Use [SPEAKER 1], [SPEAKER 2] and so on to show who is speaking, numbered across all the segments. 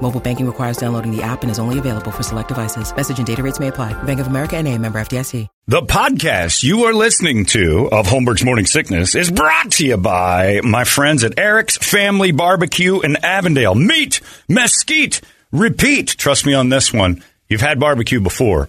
[SPEAKER 1] Mobile banking requires downloading the app and is only available for select devices. Message and data rates may apply. Bank of America and a member FDIC.
[SPEAKER 2] The podcast you are listening to of Holmberg's Morning Sickness is brought to you by my friends at Eric's Family Barbecue in Avondale. Meat, mesquite, repeat. Trust me on this one. You've had barbecue before,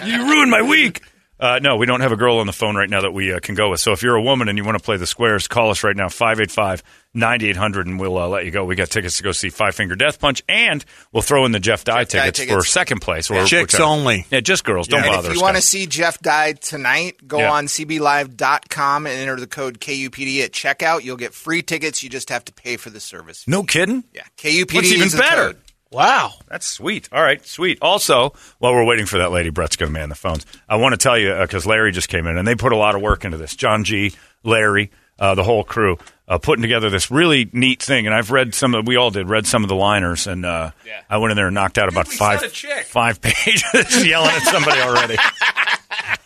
[SPEAKER 2] You ruined my week. Uh, no, we don't have a girl on the phone right now that we uh, can go with. So if you're a woman and you want to play the squares, call us right now, 585 9800, and we'll uh, let you go. We got tickets to go see Five Finger Death Punch, and we'll throw in the Jeff Dye tickets, for
[SPEAKER 3] tickets.
[SPEAKER 2] second place. Or
[SPEAKER 4] Chicks
[SPEAKER 2] whichever.
[SPEAKER 4] only.
[SPEAKER 2] Yeah, just girls. Don't
[SPEAKER 4] Yeah.
[SPEAKER 3] And
[SPEAKER 2] bother
[SPEAKER 3] if
[SPEAKER 2] us,
[SPEAKER 3] you want to
[SPEAKER 2] guys.
[SPEAKER 3] see Jeff die tonight, go
[SPEAKER 2] Yeah.
[SPEAKER 3] on cblive.com and enter the code KUPD at checkout. You'll get free tickets. You just have to pay for the service.
[SPEAKER 2] No kidding?
[SPEAKER 3] Yeah, KUPD
[SPEAKER 2] What's even
[SPEAKER 3] is the
[SPEAKER 2] better?
[SPEAKER 3] code.
[SPEAKER 2] Wow, that's sweet. All right, sweet. Also, while we're waiting for that lady, Brett's going to man the phones. I want to tell you because Larry just came in and they put a lot of work into this. John G, Larry, uh, the whole crew uh, putting together this really neat thing. And I've read some of we all did read some of the liners, and uh, I went in there and knocked out about five five pages, yelling at somebody already.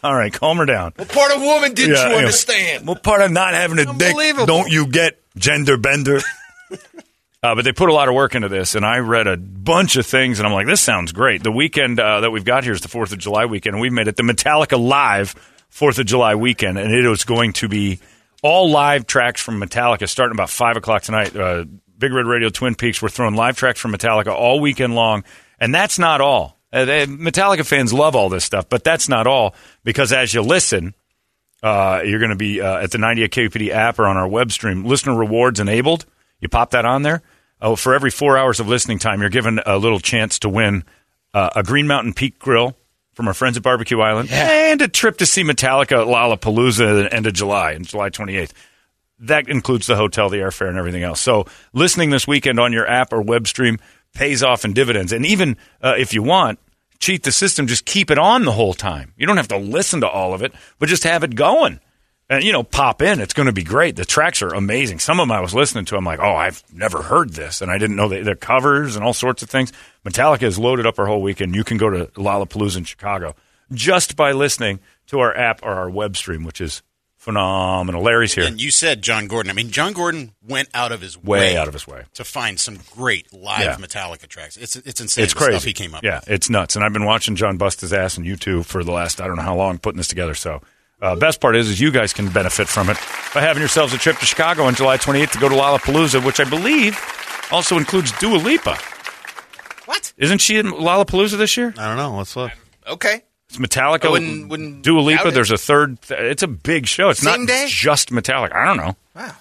[SPEAKER 2] all right, calm her down.
[SPEAKER 3] What part of woman did
[SPEAKER 2] Yeah,
[SPEAKER 3] you
[SPEAKER 2] yeah.
[SPEAKER 3] understand?
[SPEAKER 2] What part of not having a dick
[SPEAKER 3] Unbelievable.
[SPEAKER 2] don't you get, gender bender? uh, but they put a lot of work into this, and I read a bunch of things, and I'm like, this sounds great. The weekend uh, that we've got here is the 4th of July weekend, and we've made it the Metallica Live 4th of July weekend, and it is going to be all live tracks from Metallica starting about 5 o'clock tonight. Uh, Big Red Radio Twin Peaks, we're throwing live tracks from Metallica all weekend long, and that's not all. Uh, they, Metallica fans love all this stuff, but that's not all, because as you listen, uh, you're going to be uh, at the 98 KPD app or on our web stream. Listener rewards enabled. You pop that on there. Oh, for every four hours of listening time, you're given a little chance to win uh, a Green Mountain Peak grill from our friends at Barbecue Island and a trip to see Metallica at Lollapalooza at the end of July, on July 28th. That includes the hotel, the airfare, and everything else. So listening this weekend on your app or web stream pays off in dividends. And even uh, if you want, cheat the system, just keep it on the whole time. You don't have to listen to all of it, but just have it going. And, you know, pop in. It's going to be great. The tracks are amazing. Some of them I was listening to, I'm like, oh, I've never heard this. And I didn't know they, they're covers and all sorts of things. Metallica has loaded up our whole weekend. You can go to Lollapalooza in Chicago just by listening to our app or our web stream, which is phenomenal. Larry's here.
[SPEAKER 5] And you said John Gordon. I mean, John Gordon went out of his way,
[SPEAKER 2] Way out of his way.
[SPEAKER 5] to find some great live
[SPEAKER 2] Yeah.
[SPEAKER 5] Metallica tracks. It's it's insane.
[SPEAKER 2] It's
[SPEAKER 5] the
[SPEAKER 2] crazy.
[SPEAKER 5] Stuff he came up.
[SPEAKER 2] Yeah,
[SPEAKER 5] with.
[SPEAKER 2] it's nuts. And I've been watching John bust his ass and you two for the last I don't know how long putting this together. So uh, best part is is you guys can benefit from it by having yourselves a trip to Chicago on July 28th to go to Lollapalooza, which I believe also includes Dua Lipa.
[SPEAKER 3] What?
[SPEAKER 2] Isn't she in Lollapalooza this year?
[SPEAKER 4] I don't know. Let's look.
[SPEAKER 3] Okay.
[SPEAKER 2] It's Metallica,
[SPEAKER 3] I wouldn't- wouldn't
[SPEAKER 2] Dua
[SPEAKER 3] doubt
[SPEAKER 2] Lipa.
[SPEAKER 3] it.
[SPEAKER 2] There's a third. Th- it's a big show. It's
[SPEAKER 3] Same
[SPEAKER 2] not
[SPEAKER 3] day?
[SPEAKER 2] just Metallica. I don't know.
[SPEAKER 3] Wow.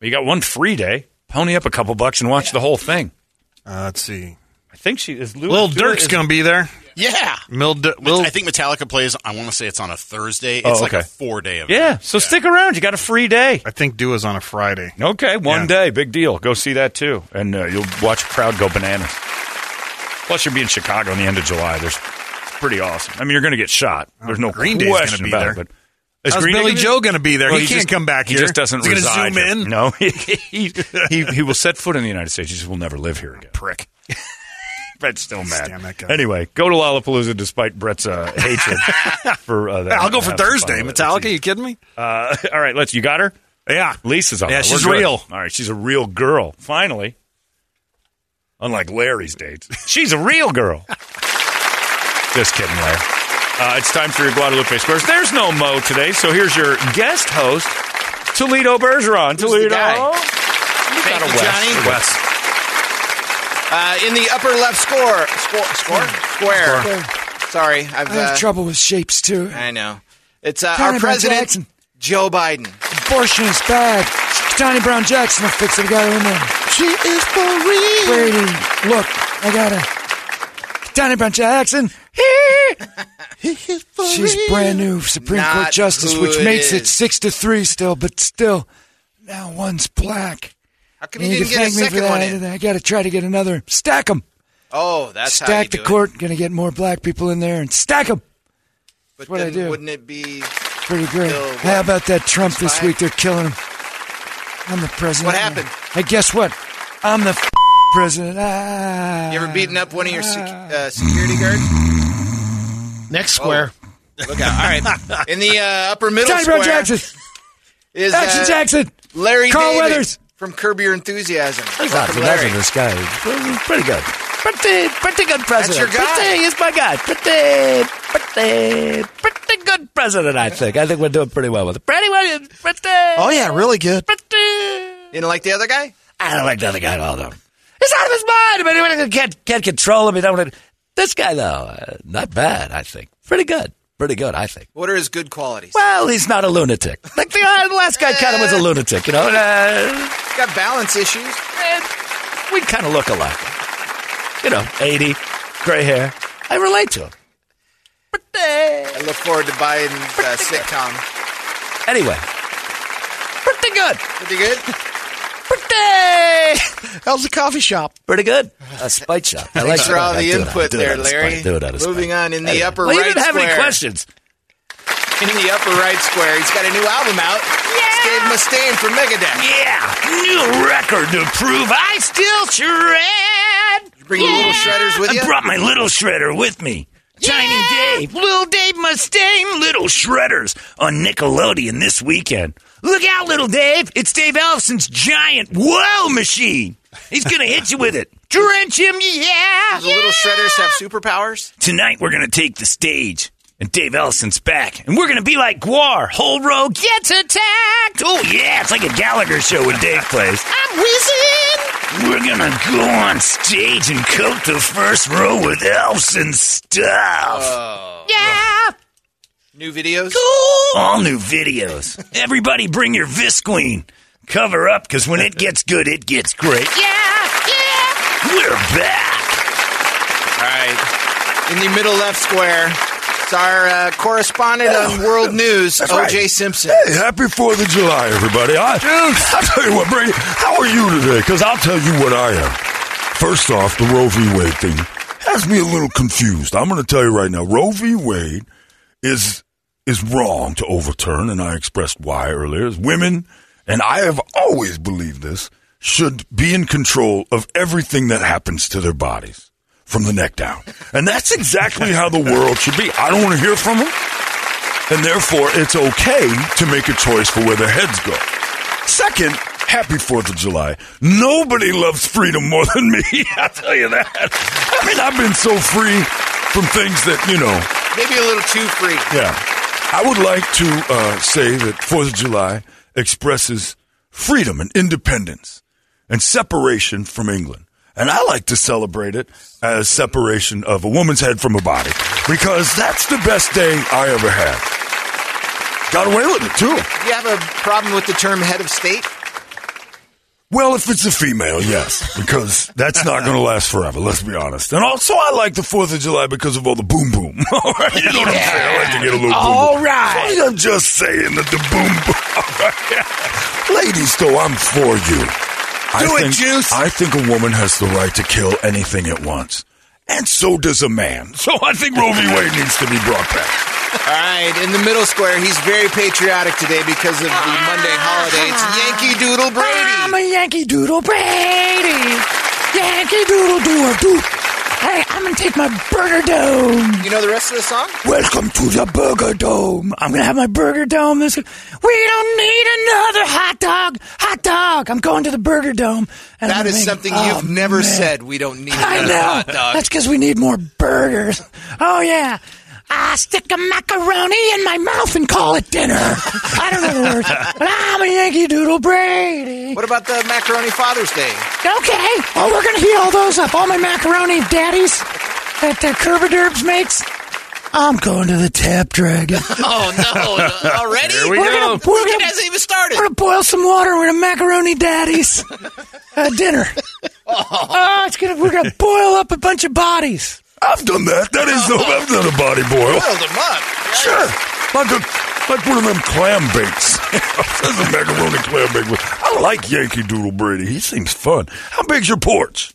[SPEAKER 2] You got one free day. Pony up a couple bucks and watch the whole thing.
[SPEAKER 4] Uh, let's see.
[SPEAKER 2] I think she is. Lou,
[SPEAKER 4] Lil
[SPEAKER 2] Dua
[SPEAKER 4] Durk's
[SPEAKER 2] is-
[SPEAKER 4] gonna be there.
[SPEAKER 5] yeah.
[SPEAKER 4] Mil D- Lil,
[SPEAKER 5] I think Metallica plays. I want to say it's on a Thursday. It's
[SPEAKER 2] Oh,
[SPEAKER 5] like a
[SPEAKER 2] okay.
[SPEAKER 5] four day event.
[SPEAKER 2] Yeah. So stick around. You got a free day.
[SPEAKER 4] I think Dua's on a Friday.
[SPEAKER 2] Okay, one
[SPEAKER 4] Yeah.
[SPEAKER 2] day, big deal. Go see that too, and uh, you'll watch a crowd go bananas. Plus, you'll be in Chicago in the end of July. There's it's pretty awesome. I mean, you're going to get shot. There's no
[SPEAKER 4] Oh, Green Day's
[SPEAKER 2] question
[SPEAKER 4] gonna be
[SPEAKER 2] about
[SPEAKER 4] there.
[SPEAKER 2] it. But is
[SPEAKER 4] How's
[SPEAKER 2] Green Day
[SPEAKER 4] Billy
[SPEAKER 2] gonna be-
[SPEAKER 4] Joe gonna be there?
[SPEAKER 2] Well,
[SPEAKER 4] He can't
[SPEAKER 2] just-
[SPEAKER 4] come back
[SPEAKER 2] he
[SPEAKER 4] here.
[SPEAKER 2] just doesn't
[SPEAKER 4] He's gonna
[SPEAKER 2] reside
[SPEAKER 4] zoom
[SPEAKER 2] here.
[SPEAKER 4] in?
[SPEAKER 2] No, he, he he will set foot in the United States. He just will never live here again.
[SPEAKER 5] Prick.
[SPEAKER 2] Brett's still mad.
[SPEAKER 4] Damn that guy.
[SPEAKER 2] Anyway, go to Lollapalooza despite Brett's uh, hatred for uh, that.
[SPEAKER 4] I'll go for
[SPEAKER 2] Have some fun
[SPEAKER 4] Thursday.
[SPEAKER 2] with it.
[SPEAKER 4] Metallica, you kidding me?
[SPEAKER 2] Uh, all right, let's. You got her?
[SPEAKER 4] Yeah.
[SPEAKER 2] Lisa's on.
[SPEAKER 4] Yeah,
[SPEAKER 2] that.
[SPEAKER 4] she's
[SPEAKER 2] We're good.
[SPEAKER 4] real.
[SPEAKER 2] All right, she's a real girl. Finally, unlike Larry's dates, she's a real girl. Just kidding, Larry. Uh, it's time for your Guadalupe Squares. There's no Mo today, so here's your guest host, Toledo Bergeron. Toledo.
[SPEAKER 3] guy?
[SPEAKER 2] Got
[SPEAKER 3] Thank
[SPEAKER 2] a
[SPEAKER 3] you,
[SPEAKER 2] Wes.
[SPEAKER 3] Johnny.
[SPEAKER 2] Wes.
[SPEAKER 3] Uh, in the upper left score, score, score, square. Sorry, I've
[SPEAKER 6] Hmm. I have
[SPEAKER 3] uh,
[SPEAKER 6] trouble with shapes too.
[SPEAKER 3] I know. It's uh,
[SPEAKER 6] Johnny
[SPEAKER 3] our
[SPEAKER 6] Brown
[SPEAKER 3] president,
[SPEAKER 6] Jackson.
[SPEAKER 3] Joe Biden.
[SPEAKER 6] Abortion is bad. Donnie Brown Jackson will fix it. I got her in there. She is for real. Brady, look, I got her. Donnie Brown Jackson. She's brand new Supreme
[SPEAKER 3] Not
[SPEAKER 6] Court justice,
[SPEAKER 3] who
[SPEAKER 6] which
[SPEAKER 3] it
[SPEAKER 6] makes it
[SPEAKER 3] is.
[SPEAKER 6] six to three still, but still, now one's black.
[SPEAKER 3] How come
[SPEAKER 6] And
[SPEAKER 3] you didn't
[SPEAKER 6] can
[SPEAKER 3] get a
[SPEAKER 6] thank me for
[SPEAKER 3] second
[SPEAKER 6] that.
[SPEAKER 3] one in?
[SPEAKER 6] I got to try to get another. Stack 'em.
[SPEAKER 3] Oh, that's how you
[SPEAKER 6] stack
[SPEAKER 3] do
[SPEAKER 6] the
[SPEAKER 3] it.
[SPEAKER 6] court. Going to get more black people in there and stack 'em.
[SPEAKER 3] But
[SPEAKER 6] what I
[SPEAKER 3] then
[SPEAKER 6] do.
[SPEAKER 3] Wouldn't it be?
[SPEAKER 6] Pretty great.
[SPEAKER 3] Bill, what?
[SPEAKER 6] How about that Trump this
[SPEAKER 3] Spy?
[SPEAKER 6] week? They're killing him. I'm the president.
[SPEAKER 3] What happened?
[SPEAKER 6] Hey, guess what? I'm the f- president. Ah.
[SPEAKER 3] You ever beaten up one of your sec- uh, security guards?
[SPEAKER 7] Next square.
[SPEAKER 3] Look out! All right, in the uh, upper middle
[SPEAKER 6] Johnny
[SPEAKER 3] square
[SPEAKER 6] Brown Jackson.
[SPEAKER 3] is uh,
[SPEAKER 6] Action Jackson.
[SPEAKER 3] Larry
[SPEAKER 6] Carl
[SPEAKER 3] David
[SPEAKER 6] Weathers.
[SPEAKER 3] from Curb Your Enthusiasm.
[SPEAKER 6] He's
[SPEAKER 3] Welcome,
[SPEAKER 6] awesome.
[SPEAKER 3] Larry.
[SPEAKER 6] this guy. Pretty good. Pretty, pretty good
[SPEAKER 3] That's your guy.
[SPEAKER 6] is my guy. Pretty, pretty, pretty good president, I think. I think we're doing pretty well with it. Pretty well, pretty.
[SPEAKER 7] Oh yeah, really good.
[SPEAKER 6] Pretty.
[SPEAKER 3] You didn't like the other guy?
[SPEAKER 6] I don't like the other guy at all, though. He's out of his mind. I mean, he can't, can't control him. He don't want to- This guy, though, uh, not bad, I think. Pretty good. Pretty good, I think.
[SPEAKER 3] What are his good qualities?
[SPEAKER 6] Well, he's not a lunatic. Like the, uh, the last guy kind of was a lunatic, you know? Uh,
[SPEAKER 3] He's got balance issues.
[SPEAKER 6] and we kind of look alike. You know, 80, gray hair. I relate to him. Pretty.
[SPEAKER 3] I look forward to Biden's uh, sitcom.
[SPEAKER 6] Anyway, pretty good.
[SPEAKER 3] Pretty good.
[SPEAKER 6] Pretty.
[SPEAKER 7] How's the coffee shop?
[SPEAKER 6] Pretty good. A spite shop. I like
[SPEAKER 3] Thanks for all
[SPEAKER 6] that. I do
[SPEAKER 3] the
[SPEAKER 6] it out-
[SPEAKER 3] input
[SPEAKER 6] do it
[SPEAKER 3] there,
[SPEAKER 6] out of spite.
[SPEAKER 3] Larry.
[SPEAKER 6] Do it out of
[SPEAKER 3] Moving
[SPEAKER 6] spite.
[SPEAKER 3] on in the
[SPEAKER 6] Anyway.
[SPEAKER 3] upper
[SPEAKER 6] well, you
[SPEAKER 3] right
[SPEAKER 6] didn't have any
[SPEAKER 3] square.
[SPEAKER 6] questions.
[SPEAKER 3] In the upper right square, he's got a new album out. It's Dave Mustaine from Megadeth.
[SPEAKER 6] Yeah, new record to prove I still shred.
[SPEAKER 3] You bring your little shredders with
[SPEAKER 6] I
[SPEAKER 3] you?
[SPEAKER 6] brought my little shredder with me. Tiny Dave, Little Dave Mustaine, Little Shredders on Nickelodeon this weekend. Look out, Little Dave. It's Dave Ellison's giant wow machine. He's going to hit you with it. Drench him, yeah.
[SPEAKER 3] Does the little shredders have superpowers?
[SPEAKER 6] Tonight we're going to take the stage. And Dave Ellison's back. And we're going to be like Guar. Whole row gets attacked. Oh, yeah. It's like a Gallagher show when Dave plays. I'm whizzing. We're going to go on stage and coat the first row with Elson stuff. yeah.
[SPEAKER 3] New videos?
[SPEAKER 6] All new videos. Everybody bring your Visqueen. Cover up, because when it gets good, it gets great. Yeah. Yeah. We're back.
[SPEAKER 3] All right. In the middle left square, it's our uh, correspondent on World News, O.J. Simpson.
[SPEAKER 8] Hey, happy 4th of July, everybody. I, I'll tell you what, Brady, how are you today? Because I'll tell you what I am. First off, the Roe v. Wade thing has me a little confused. I'm going to tell you right now Roe v. Wade is, is wrong to overturn, and I expressed why earlier. Women, and I have always believed this, should be in control of everything that happens to their bodies from the neck down. And that's exactly how the world should be. I don't want to hear from them and therefore it's okay to make a choice for where their heads go. Second, happy 4th of July. Nobody loves freedom more than me, I'll tell you that. I mean, I've been so free from things that, you know,
[SPEAKER 3] Maybe a little too free.
[SPEAKER 8] yeah. I would like to uh, say that 4th of July expresses freedom and independence and separation from England. And I like to celebrate it as separation of a woman's head from a body because that's the best day I ever had. Got away with it, too.
[SPEAKER 3] Do you have a problem with the term head of state?
[SPEAKER 8] Well, if it's a female, yes, because that's not going to last forever. Let's be honest. And also, I like the Fourth of July because of all the boom boom. all right, you know what I'm saying? I like to get a little.
[SPEAKER 6] All
[SPEAKER 8] boom boom.
[SPEAKER 6] right.
[SPEAKER 8] So I'm just saying that the boom boom. All right. Ladies, though, I'm for you.
[SPEAKER 3] Do
[SPEAKER 8] I
[SPEAKER 3] it,
[SPEAKER 8] think,
[SPEAKER 3] Juice.
[SPEAKER 8] I think a woman has the right to kill anything at once, and so does a man. So I think Roe v. Wade needs to be brought back.
[SPEAKER 3] All right. In the middle square, he's very patriotic today because of the Monday holiday. It's
[SPEAKER 7] Ah.
[SPEAKER 3] Yankee Doodle Brady.
[SPEAKER 6] I'm a Yankee Doodle Brady. Yankee Doodle Doo Doo. I
[SPEAKER 7] Hey, I'm gonna take my burger dome.
[SPEAKER 3] You know the rest of the song?
[SPEAKER 7] Welcome to the burger dome. I'm gonna have my burger dome. This we don't need another hot dog. Hot dog. I'm going to the burger dome. And
[SPEAKER 3] That
[SPEAKER 7] I'm
[SPEAKER 3] is
[SPEAKER 7] thinking,
[SPEAKER 3] something
[SPEAKER 7] oh,
[SPEAKER 3] you've never
[SPEAKER 7] man.
[SPEAKER 3] said. We don't need
[SPEAKER 7] I
[SPEAKER 3] another
[SPEAKER 7] know.
[SPEAKER 3] hot dog.
[SPEAKER 7] That's because we need more burgers. Oh yeah. I stick a macaroni in my mouth and call it dinner. I don't know the words, but I'm a Yankee Doodle Brady.
[SPEAKER 3] What about the Macaroni Father's Day?
[SPEAKER 7] Okay. Oh, we're gonna heat all those up. All my macaroni daddies that the Curvaderbs makes. I'm going to the Tap Dragon.
[SPEAKER 3] Oh no! no. Already?
[SPEAKER 7] Here we We're go. gonna-
[SPEAKER 3] The
[SPEAKER 7] we're
[SPEAKER 3] weekend
[SPEAKER 7] gonna-
[SPEAKER 3] hasn't even started.
[SPEAKER 7] We're gonna boil some water. We're gonna macaroni daddies uh, dinner. Oh, it's gonna we're gonna boil up a bunch of bodies.
[SPEAKER 9] I've done that. That is no, I've done a body boil.
[SPEAKER 3] Boiled them up.
[SPEAKER 9] Sure. Like a like one of them clam bakes. That's a macaroni clam bake. I like Yankee Doodle Brady. He seems fun. How big's your porch?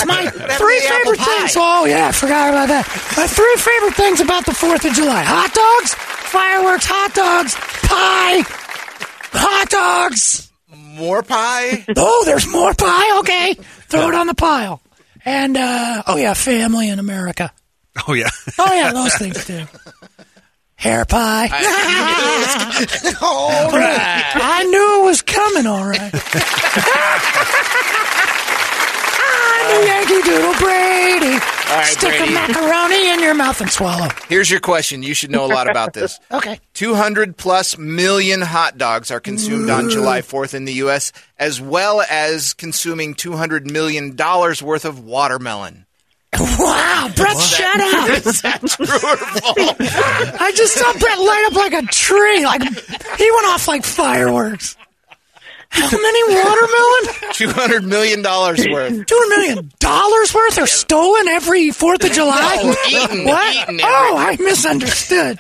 [SPEAKER 7] my
[SPEAKER 6] That's
[SPEAKER 7] three
[SPEAKER 6] the apple
[SPEAKER 7] favorite
[SPEAKER 6] pie.
[SPEAKER 7] things. Oh, yeah, I forgot about that. My three favorite things about the 4th of July hot dogs, fireworks, hot dogs, pie, hot dogs.
[SPEAKER 3] More pie?
[SPEAKER 7] Oh, there's more pie? Okay. Throw it on the pile. And, uh, oh, yeah, family in America.
[SPEAKER 4] Oh, yeah.
[SPEAKER 7] Oh, yeah, those things too. Hair pie.
[SPEAKER 3] all
[SPEAKER 7] right. I knew it was coming, all right. I'm a Yankee Doodle Brady.
[SPEAKER 3] All right,
[SPEAKER 7] Stick
[SPEAKER 3] Brady.
[SPEAKER 7] a macaroni in your mouth and swallow.
[SPEAKER 3] Here's your question. You should know a lot about this.
[SPEAKER 7] Okay.
[SPEAKER 3] 200 plus million hot dogs are consumed on July 4th in the U.S., as well as consuming $200 million worth of watermelon.
[SPEAKER 7] Wow, Brett, shut up.
[SPEAKER 3] Is that true or false?
[SPEAKER 7] I just saw Brett light up like a tree. Like He went off like fireworks. How many watermelon?
[SPEAKER 3] $200 million worth.
[SPEAKER 7] Two million dollars worth are stolen every Fourth of July.
[SPEAKER 3] No, eaten,
[SPEAKER 7] what?
[SPEAKER 3] eaten every-
[SPEAKER 7] oh, I misunderstood.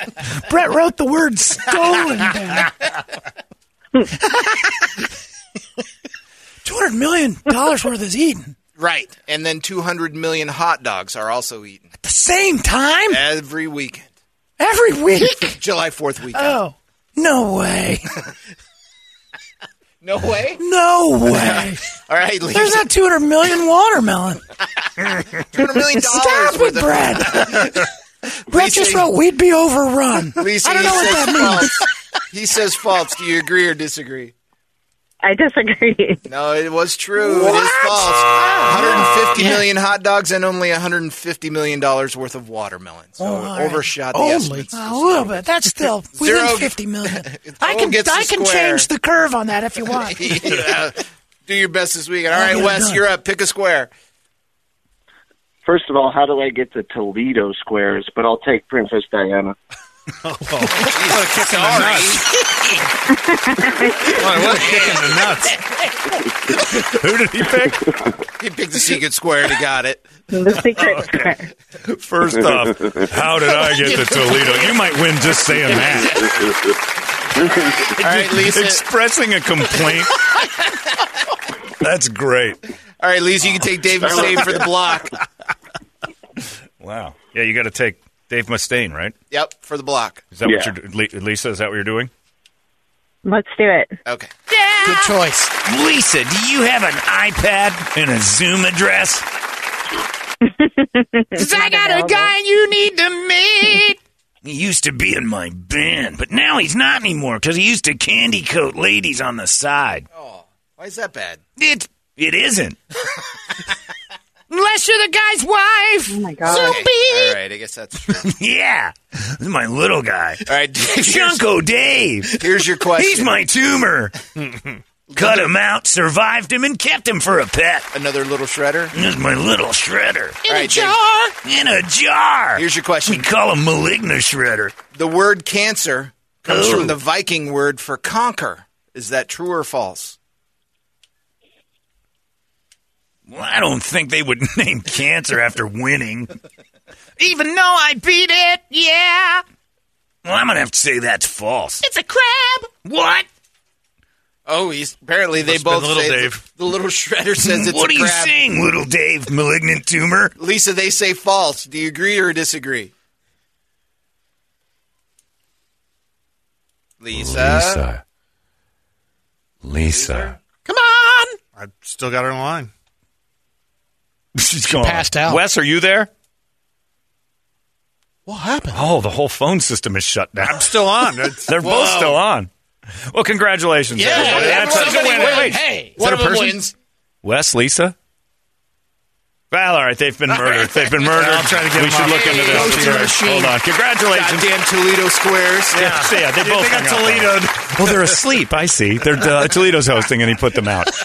[SPEAKER 7] Brett wrote the word "stolen" down. Two hundred million dollars worth is eaten
[SPEAKER 3] Right. And then 200 million hot dogs are also eaten
[SPEAKER 7] at the same time
[SPEAKER 3] every weekend.
[SPEAKER 7] every week.
[SPEAKER 3] July 4th weekend.
[SPEAKER 7] Oh, no way!
[SPEAKER 3] No way.
[SPEAKER 7] No way!
[SPEAKER 3] All right, Lisa.
[SPEAKER 7] There's not two hundred million watermelon.
[SPEAKER 3] $200 million
[SPEAKER 7] Stop
[SPEAKER 3] worth
[SPEAKER 7] with
[SPEAKER 3] of-
[SPEAKER 7] Brett. Brett just
[SPEAKER 3] Lisa-
[SPEAKER 7] wrote, "We'd be overrun."
[SPEAKER 3] Lisa,
[SPEAKER 7] I don't
[SPEAKER 3] he
[SPEAKER 7] know what
[SPEAKER 3] says
[SPEAKER 7] that means.
[SPEAKER 3] false. He says false. Do you agree or disagree?
[SPEAKER 10] I disagree.
[SPEAKER 3] No, it was true. It is
[SPEAKER 7] What?
[SPEAKER 3] false. 150 million hot dogs and only 150 million dollars worth of watermelon. So
[SPEAKER 7] Oh,
[SPEAKER 3] it
[SPEAKER 7] all right.
[SPEAKER 3] overshot the
[SPEAKER 7] Only
[SPEAKER 3] estimates.
[SPEAKER 7] a little bit. That's still within
[SPEAKER 3] Zero-
[SPEAKER 7] fifty million. I can
[SPEAKER 3] gets the
[SPEAKER 7] I can
[SPEAKER 3] square.
[SPEAKER 7] change the curve on that if you want.
[SPEAKER 3] Yeah. Do your best this weekend. All
[SPEAKER 7] I'll
[SPEAKER 3] right,
[SPEAKER 7] get it
[SPEAKER 3] Wes,
[SPEAKER 7] done.
[SPEAKER 3] you're up. Pick a square.
[SPEAKER 10] First of all, how do I get to Toledo squares? But I'll take Princess Diana.
[SPEAKER 4] What a kick in the nuts. what, what
[SPEAKER 2] Who
[SPEAKER 4] a kick in the nuts.
[SPEAKER 2] did he pick?
[SPEAKER 3] He picked the secret square and he got it.
[SPEAKER 10] The secret square.
[SPEAKER 2] First off, how did I get to Toledo? You might win just saying that.
[SPEAKER 3] All right, Lisa.
[SPEAKER 2] Expressing a complaint. That's great.
[SPEAKER 3] All right, Lisa, you can take David Save for the block.
[SPEAKER 2] Wow. Yeah, you got to take Dave Mustaine, right?
[SPEAKER 3] Yep, for the block.
[SPEAKER 2] Is that what you're do- Li- Lisa? Is that what you're doing?
[SPEAKER 11] Let's do it.
[SPEAKER 3] Okay.
[SPEAKER 2] Good choice, Lisa. Do you have an iPad and a Zoom address?
[SPEAKER 6] Because I got a guy you need to meet. He used to be in my band, but now he's not anymore because he used to candy coat ladies on the side.
[SPEAKER 3] Oh, Why is that bad?
[SPEAKER 6] It it isn't.
[SPEAKER 12] Unless you're the guy's wife. Oh my
[SPEAKER 3] Okay,
[SPEAKER 12] Zombie.
[SPEAKER 3] All right, I guess that's true.
[SPEAKER 6] yeah, this is my little guy.
[SPEAKER 3] All right,
[SPEAKER 6] Junko Dave.
[SPEAKER 3] Here's your question.
[SPEAKER 6] He's my tumor. Cut him out, survived him, and kept him for a pet.
[SPEAKER 3] Another little shredder.
[SPEAKER 6] This is my little shredder.
[SPEAKER 3] In a jar.
[SPEAKER 6] In a jar.
[SPEAKER 3] Here's your question.
[SPEAKER 6] We call him Maligna Shredder.
[SPEAKER 3] The word cancer comes
[SPEAKER 6] Oh.
[SPEAKER 3] from the Viking word for conquer. Is that true or false?
[SPEAKER 2] Well, I don't think they would name cancer after winning.
[SPEAKER 12] Even though I beat it, yeah.
[SPEAKER 2] Well, I'm gonna have to say that's false.
[SPEAKER 12] It's a crab.
[SPEAKER 6] What?
[SPEAKER 3] Oh, he's apparently they
[SPEAKER 2] Must've been
[SPEAKER 3] both
[SPEAKER 2] little
[SPEAKER 3] say
[SPEAKER 2] Dave.
[SPEAKER 3] The, the little shredder says it's
[SPEAKER 6] What
[SPEAKER 3] a
[SPEAKER 6] are you
[SPEAKER 3] crab.
[SPEAKER 6] saying, little Dave? Malignant tumor.
[SPEAKER 3] Lisa, they say false. Do you agree or disagree? Lisa.
[SPEAKER 4] Lisa.
[SPEAKER 2] Lisa.
[SPEAKER 12] Come on.
[SPEAKER 4] I still got her in line.
[SPEAKER 2] She's gone.
[SPEAKER 4] passed out.
[SPEAKER 2] Wes, are you there?
[SPEAKER 7] What happened?
[SPEAKER 2] Oh, the whole phone system is shut down. I'm
[SPEAKER 4] still on. It's-
[SPEAKER 2] They're both
[SPEAKER 4] Whoa.
[SPEAKER 2] still on. Well, congratulations,
[SPEAKER 4] Yeah,
[SPEAKER 2] everybody.
[SPEAKER 4] yeah,
[SPEAKER 2] That's
[SPEAKER 4] somebody
[SPEAKER 2] wait,
[SPEAKER 4] won.
[SPEAKER 2] wait, wait.
[SPEAKER 4] Hey,
[SPEAKER 2] Is that
[SPEAKER 4] one
[SPEAKER 2] a
[SPEAKER 4] of 'em
[SPEAKER 2] person?
[SPEAKER 4] wins.
[SPEAKER 2] Wes, Lisa. Well, all right, they've been murdered. They've been murdered.
[SPEAKER 4] I'll try to get
[SPEAKER 2] we
[SPEAKER 4] them
[SPEAKER 2] should
[SPEAKER 4] off.
[SPEAKER 2] look into
[SPEAKER 4] Go
[SPEAKER 2] this.
[SPEAKER 4] to the machine.
[SPEAKER 2] Hold on. Congratulations.
[SPEAKER 3] Goddamn Toledo squares.
[SPEAKER 2] Yeah, yeah, they
[SPEAKER 4] They
[SPEAKER 2] both
[SPEAKER 4] got
[SPEAKER 2] hung up on
[SPEAKER 4] Toledo'd.
[SPEAKER 2] it. Well, they're asleep. I see. They're uh, Toledo's hosting, and he put them out.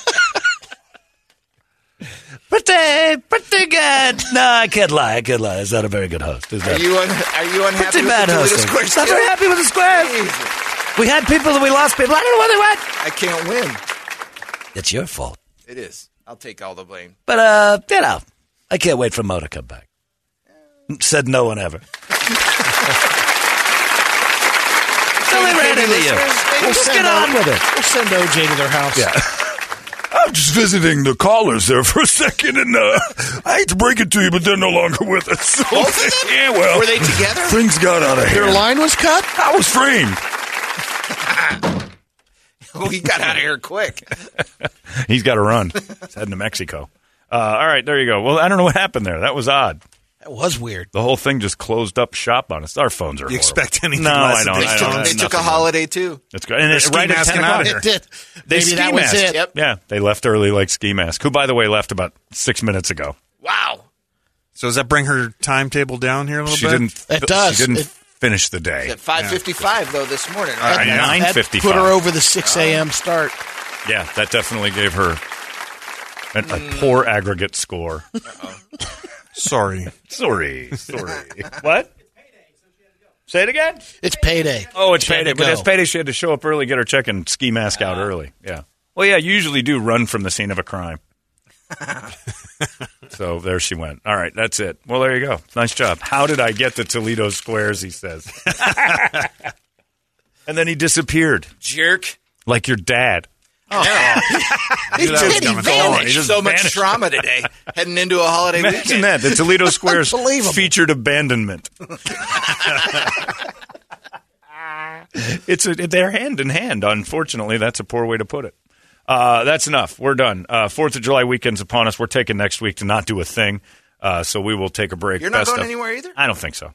[SPEAKER 2] But they, but they got. No, I can't lie. I can't lie. It's not a very good host. Is
[SPEAKER 3] Are
[SPEAKER 2] that?
[SPEAKER 3] you un- are you unhappy
[SPEAKER 6] Pretty
[SPEAKER 3] with the
[SPEAKER 6] bad
[SPEAKER 3] Toledo
[SPEAKER 6] hosting.
[SPEAKER 3] squares?
[SPEAKER 6] Not very happy with the squares. We had people and we lost people. I don't know what they went.
[SPEAKER 3] I can't win.
[SPEAKER 6] It's your fault.
[SPEAKER 3] It is. I'll take all the blame.
[SPEAKER 6] But, uh, you know, I can't wait for Mo to come back. Said no one ever.
[SPEAKER 7] Billy
[SPEAKER 6] ran into you.
[SPEAKER 7] We'll
[SPEAKER 6] Just
[SPEAKER 7] send
[SPEAKER 6] get on
[SPEAKER 7] O-
[SPEAKER 6] with it.
[SPEAKER 7] We'll send OJ to their house. Yeah.
[SPEAKER 8] I'm just visiting the callers there for a second, and uh, I hate to break it to you, but they're no longer with us. So-
[SPEAKER 7] Both of them?
[SPEAKER 8] Yeah, well,
[SPEAKER 7] Were they together?
[SPEAKER 8] Things got out of hand.
[SPEAKER 7] Their line was cut?
[SPEAKER 8] I was framed.
[SPEAKER 3] we got out of here quick.
[SPEAKER 2] He's got to run. He's heading to Mexico. Uh, all right, there you go. Well, I don't know what happened there. That was odd.
[SPEAKER 7] That was weird.
[SPEAKER 2] The whole thing just closed up shop on us. Our phones are.
[SPEAKER 4] You expect
[SPEAKER 2] horrible.
[SPEAKER 4] anything
[SPEAKER 2] No,
[SPEAKER 4] less
[SPEAKER 2] I
[SPEAKER 4] than
[SPEAKER 2] don't.
[SPEAKER 4] they
[SPEAKER 2] I
[SPEAKER 4] took-
[SPEAKER 2] don't.
[SPEAKER 3] They
[SPEAKER 2] Nothing.
[SPEAKER 3] took a holiday too.
[SPEAKER 2] It's good. And
[SPEAKER 4] They're
[SPEAKER 2] it's
[SPEAKER 4] ski
[SPEAKER 2] right at
[SPEAKER 4] masking
[SPEAKER 2] 10
[SPEAKER 4] out
[SPEAKER 2] o'clock.
[SPEAKER 4] of here.
[SPEAKER 7] They did.
[SPEAKER 2] They
[SPEAKER 7] Maybe
[SPEAKER 2] ski
[SPEAKER 7] that was
[SPEAKER 2] masked.
[SPEAKER 7] it.
[SPEAKER 3] Yep.
[SPEAKER 2] Yeah, they left early like ski mask. Who, by the way, left about six minutes ago.
[SPEAKER 3] Wow.
[SPEAKER 4] So does that bring her timetable down here a little
[SPEAKER 2] She
[SPEAKER 4] bit?
[SPEAKER 2] didn't.
[SPEAKER 7] It does.
[SPEAKER 2] She didn't
[SPEAKER 7] It-
[SPEAKER 2] finish the day.
[SPEAKER 3] At five fifty five though this morning.
[SPEAKER 2] All right,
[SPEAKER 7] That-
[SPEAKER 2] nine
[SPEAKER 7] that
[SPEAKER 2] fifty-five.
[SPEAKER 7] Put her over the 6 a.m. start.
[SPEAKER 2] Yeah, that definitely gave her a, a poor aggregate score.
[SPEAKER 4] Sorry.
[SPEAKER 2] Sorry, sorry. what? Say it again.
[SPEAKER 7] It's payday.
[SPEAKER 2] Oh, it's
[SPEAKER 7] She had
[SPEAKER 2] payday.
[SPEAKER 7] to
[SPEAKER 2] But
[SPEAKER 7] go.
[SPEAKER 2] it's payday. She had to show up early, get her check and ski mask out early. Yeah. Well, yeah. You usually do run from the scene of a crime. so there she went. All right, that's it. Well, there you go. Nice job. How did I get the Toledo squares? He says. and then he disappeared,
[SPEAKER 3] Jerk.
[SPEAKER 2] like your dad.
[SPEAKER 3] Oh, He
[SPEAKER 2] knew that was coming. Oh, he just
[SPEAKER 3] so much
[SPEAKER 2] vanished.
[SPEAKER 3] trauma today. Heading into a holiday
[SPEAKER 2] Imagine
[SPEAKER 3] weekend.
[SPEAKER 2] that the Toledo squares
[SPEAKER 3] Unbelievable.
[SPEAKER 2] featured abandonment. it's a, they're hand in hand. Unfortunately, that's a poor way to put it. Uh, that's enough. We're done. Uh, Fourth of July weekend's upon us. We're taking next week to not do a thing. Uh, so we will take a break.
[SPEAKER 3] You're not
[SPEAKER 2] Best
[SPEAKER 3] going
[SPEAKER 2] of-
[SPEAKER 3] anywhere either? Ah.
[SPEAKER 2] I don't think so.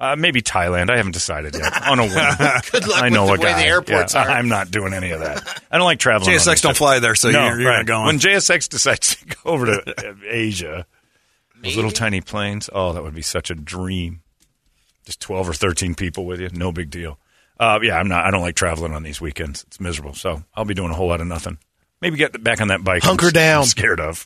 [SPEAKER 2] Uh, maybe Thailand. I haven't decided yet. On a whim. Good
[SPEAKER 3] luck
[SPEAKER 2] I know
[SPEAKER 3] with
[SPEAKER 2] a
[SPEAKER 3] the way
[SPEAKER 2] guy.
[SPEAKER 3] the airports
[SPEAKER 2] Yeah,
[SPEAKER 3] are.
[SPEAKER 2] I'm not doing any of that. I don't like traveling. on
[SPEAKER 4] JSX
[SPEAKER 2] these
[SPEAKER 4] don't
[SPEAKER 2] trips.
[SPEAKER 4] fly there, so
[SPEAKER 2] No,
[SPEAKER 4] you're- you're not
[SPEAKER 2] right.
[SPEAKER 4] going.
[SPEAKER 2] When JSX decides to go over to uh, Asia, those little tiny planes. Oh, that would be such a dream. Just twelve or thirteen people with you, no big deal. Uh, yeah, I'm not. I don't like traveling on these weekends. It's miserable. So I'll be doing a whole lot of nothing. Maybe get back on that bike. I'm
[SPEAKER 7] Hunker
[SPEAKER 2] s-
[SPEAKER 7] down.
[SPEAKER 2] I'm scared of.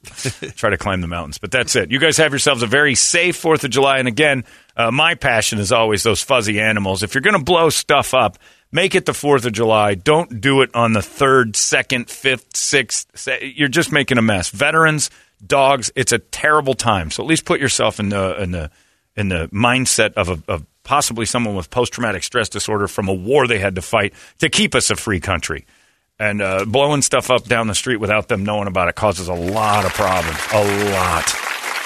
[SPEAKER 2] Try to climb the mountains. But that's it. You guys have yourselves a very safe Fourth of July. And again, uh, my passion is always those fuzzy animals. If you're going to blow stuff up, make it the Fourth of July. Don't do it on the third, second, fifth, sixth. Se- you're just making a mess. Veterans, dogs. It's a terrible time. So at least put yourself in the in the in the mindset of a of possibly someone with post traumatic stress disorder from a war they had to fight to keep us a free country. And uh, blowing stuff up down the street without them knowing about it causes a lot of problems. A lot.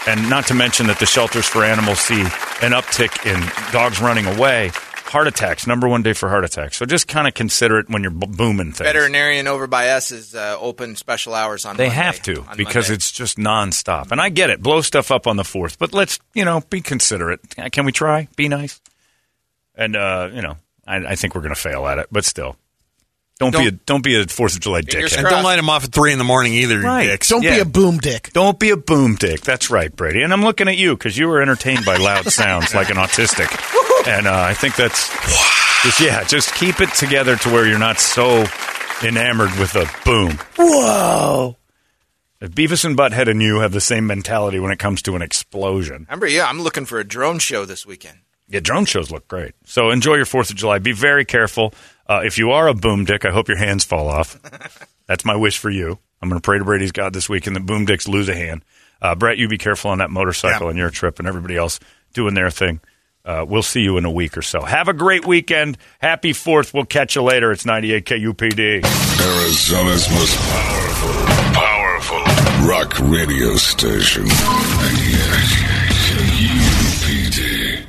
[SPEAKER 2] And not to mention that the shelters for animals see an uptick in dogs running away. Heart attacks, number one day for heart attacks. So just kind of consider it when you're b- booming things.
[SPEAKER 3] Veterinarian over by us is uh, open special hours on.
[SPEAKER 2] They
[SPEAKER 3] Monday.
[SPEAKER 2] have to
[SPEAKER 3] On
[SPEAKER 2] because it's just nonstop. And I get it. Blow stuff up on the fourth, but let's you know be considerate. Can we try? Be nice. And uh, you know, I, I think we're going to fail at it, but still, don't, be a don't be a Fourth of July
[SPEAKER 4] Fingers
[SPEAKER 2] dickhead.
[SPEAKER 4] And don't light him off at three in the morning either.
[SPEAKER 2] Right.
[SPEAKER 4] dicks.
[SPEAKER 2] Don't be
[SPEAKER 4] Yeah.
[SPEAKER 2] a
[SPEAKER 7] boom dick.
[SPEAKER 2] Don't be a boom dick. That's right, Brady. And I'm looking at you because you were entertained by loud sounds like an autistic. And uh, I think that's just yeah. Just keep it together to where you're not so enamored with a boom.
[SPEAKER 7] Whoa.
[SPEAKER 2] If Beavis and Butthead and you have the same mentality when it comes to an explosion.
[SPEAKER 3] Remember, yeah, I'm looking for a drone show this weekend.
[SPEAKER 2] Yeah, drone shows look great. So enjoy your 4th of July. Be very careful. Uh, if you are a boom dick, I hope your hands fall off. That's my wish for you. I'm going to pray to Brady's God this week and the boom dicks lose a hand. Uh, Brett, you be careful on that motorcycle and your trip and everybody else doing their thing. Uh, we'll see you in a week or so. Have a great weekend. Happy 4th. We'll catch you later. It's 98 KUPD.
[SPEAKER 9] Arizona's most powerful, powerful rock radio station. 98 KUPD.